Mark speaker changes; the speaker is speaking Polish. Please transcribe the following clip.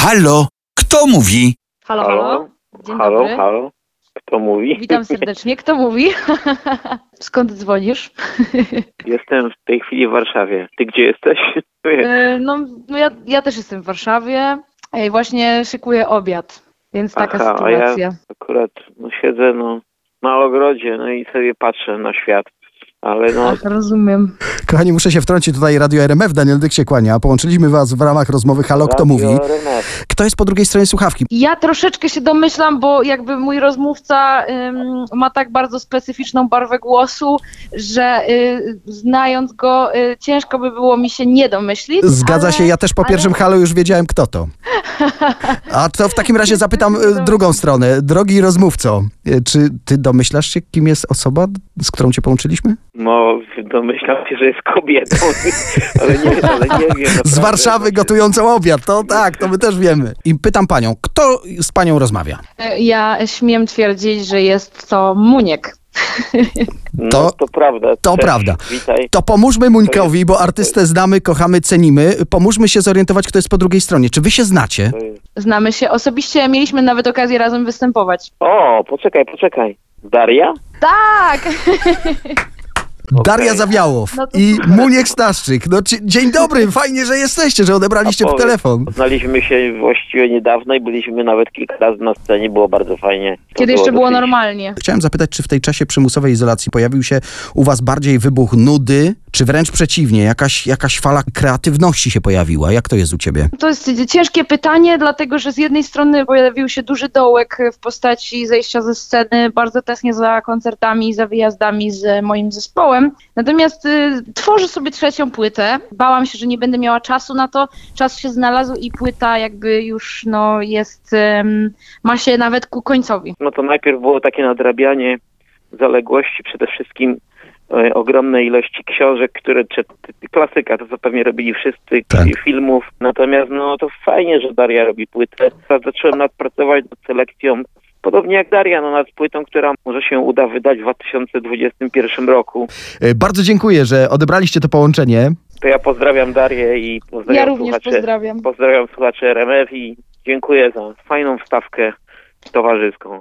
Speaker 1: Halo, kto mówi?
Speaker 2: Halo,
Speaker 3: Halo?
Speaker 2: halo. Dzień
Speaker 3: halo,
Speaker 2: dobry.
Speaker 3: halo. Kto mówi?
Speaker 2: Witam serdecznie. Kto mówi? Skąd dzwonisz?
Speaker 3: Jestem w tej chwili w Warszawie. Ty gdzie jesteś?
Speaker 2: E, No, no ja, ja też jestem w Warszawie i właśnie szykuję obiad, więc taka
Speaker 3: Aha, a ja-
Speaker 2: sytuacja.
Speaker 3: Akurat no, siedzę no, na ogrodzie no i sobie patrzę na świat. Ale no,
Speaker 2: Ach, rozumiem.
Speaker 4: Kochani, muszę się wtrącić tutaj Radio RMF, Daniel Dyk się kłania. Połączyliśmy was w ramach rozmowy Halo, kto
Speaker 3: Radio
Speaker 4: mówi?
Speaker 3: RMF.
Speaker 4: Kto jest po drugiej stronie słuchawki?
Speaker 2: Ja troszeczkę się domyślam, bo jakby mój rozmówca ym, ma tak bardzo specyficzną barwę głosu, że y, znając go y, ciężko by było mi się nie domyślić.
Speaker 4: Zgadza
Speaker 2: ale-
Speaker 4: się, ja też po
Speaker 2: ale-
Speaker 4: pierwszym Halo już wiedziałem, kto to. A to w takim razie zapytam y, drugą stronę. Drogi rozmówco, y, czy ty domyślasz się, kim jest osoba, z którą cię połączyliśmy?
Speaker 3: No, domyślam się, że jest kobietą, ale nie, ale nie wiem.
Speaker 4: Z
Speaker 3: naprawdę.
Speaker 4: Warszawy gotującą obiad, to tak, to my też wiemy. I pytam panią, kto z panią rozmawia?
Speaker 2: Y, Ja śmiem twierdzić, że jest to Muniek.
Speaker 3: No,
Speaker 4: To-
Speaker 3: to, prawda.
Speaker 4: to prawda.
Speaker 3: Witaj.
Speaker 4: To pomóżmy Muńkowi, bo artystę znamy, kochamy, cenimy. Pomóżmy się zorientować, kto jest po drugiej stronie. Czy wy się znacie?
Speaker 3: To jest-
Speaker 2: Znamy się osobiście, mieliśmy nawet okazję razem występować.
Speaker 3: O, poczekaj, poczekaj. Daria?
Speaker 2: Tak!
Speaker 4: Daria Zawiałow
Speaker 2: No to
Speaker 4: i Muniek Staszczyk. No, ci- dzień dobry, fajnie, że jesteście, że odebraliście
Speaker 3: A
Speaker 4: w
Speaker 3: powiedz,
Speaker 4: telefon.
Speaker 3: Poznaliśmy się właściwie niedawno i byliśmy nawet kilka razy na scenie, było bardzo fajnie. To
Speaker 2: Kiedy jeszcze było
Speaker 3: dosyć-
Speaker 2: normalnie.
Speaker 4: Chciałem zapytać, czy w tej czasie przymusowej izolacji pojawił się u was bardziej wybuch nudy, czy wręcz przeciwnie, jakaś, jakaś fala kreatywności się pojawiła? Jak to jest u ciebie?
Speaker 2: To jest ciężkie pytanie, dlatego że z jednej strony pojawił się duży dołek w postaci zejścia ze sceny. Bardzo tęsknię za koncertami, za wyjazdami z moim zespołem. Natomiast y, tworzę sobie trzecią płytę. Bałam się, że nie będę miała czasu na to. Czas się znalazł i płyta jakby już no, jest, em, ma się nawet ku końcowi.
Speaker 3: No to najpierw było takie nadrabianie zaległości, przede wszystkim e, ogromnej ilości książek, które czyt, klasyka, to co pewnie robili wszyscy,
Speaker 4: Tak.
Speaker 3: i filmów. Natomiast no to fajnie, że Daria robi płytę. Ja Zacząłem nadpracować nad selekcją, podobnie jak Daria, no nad płytą, która może się uda wydać w 2021 roku.
Speaker 4: E, Bardzo dziękuję, że odebraliście to połączenie.
Speaker 3: To ja pozdrawiam Darię No i
Speaker 2: Ja
Speaker 3: pozdrawiam
Speaker 2: również
Speaker 3: słuchaczy.
Speaker 2: pozdrawiam.
Speaker 3: pozdrawiam słuchaczy RMF i dziękuję za fajną wstawkę towarzyską.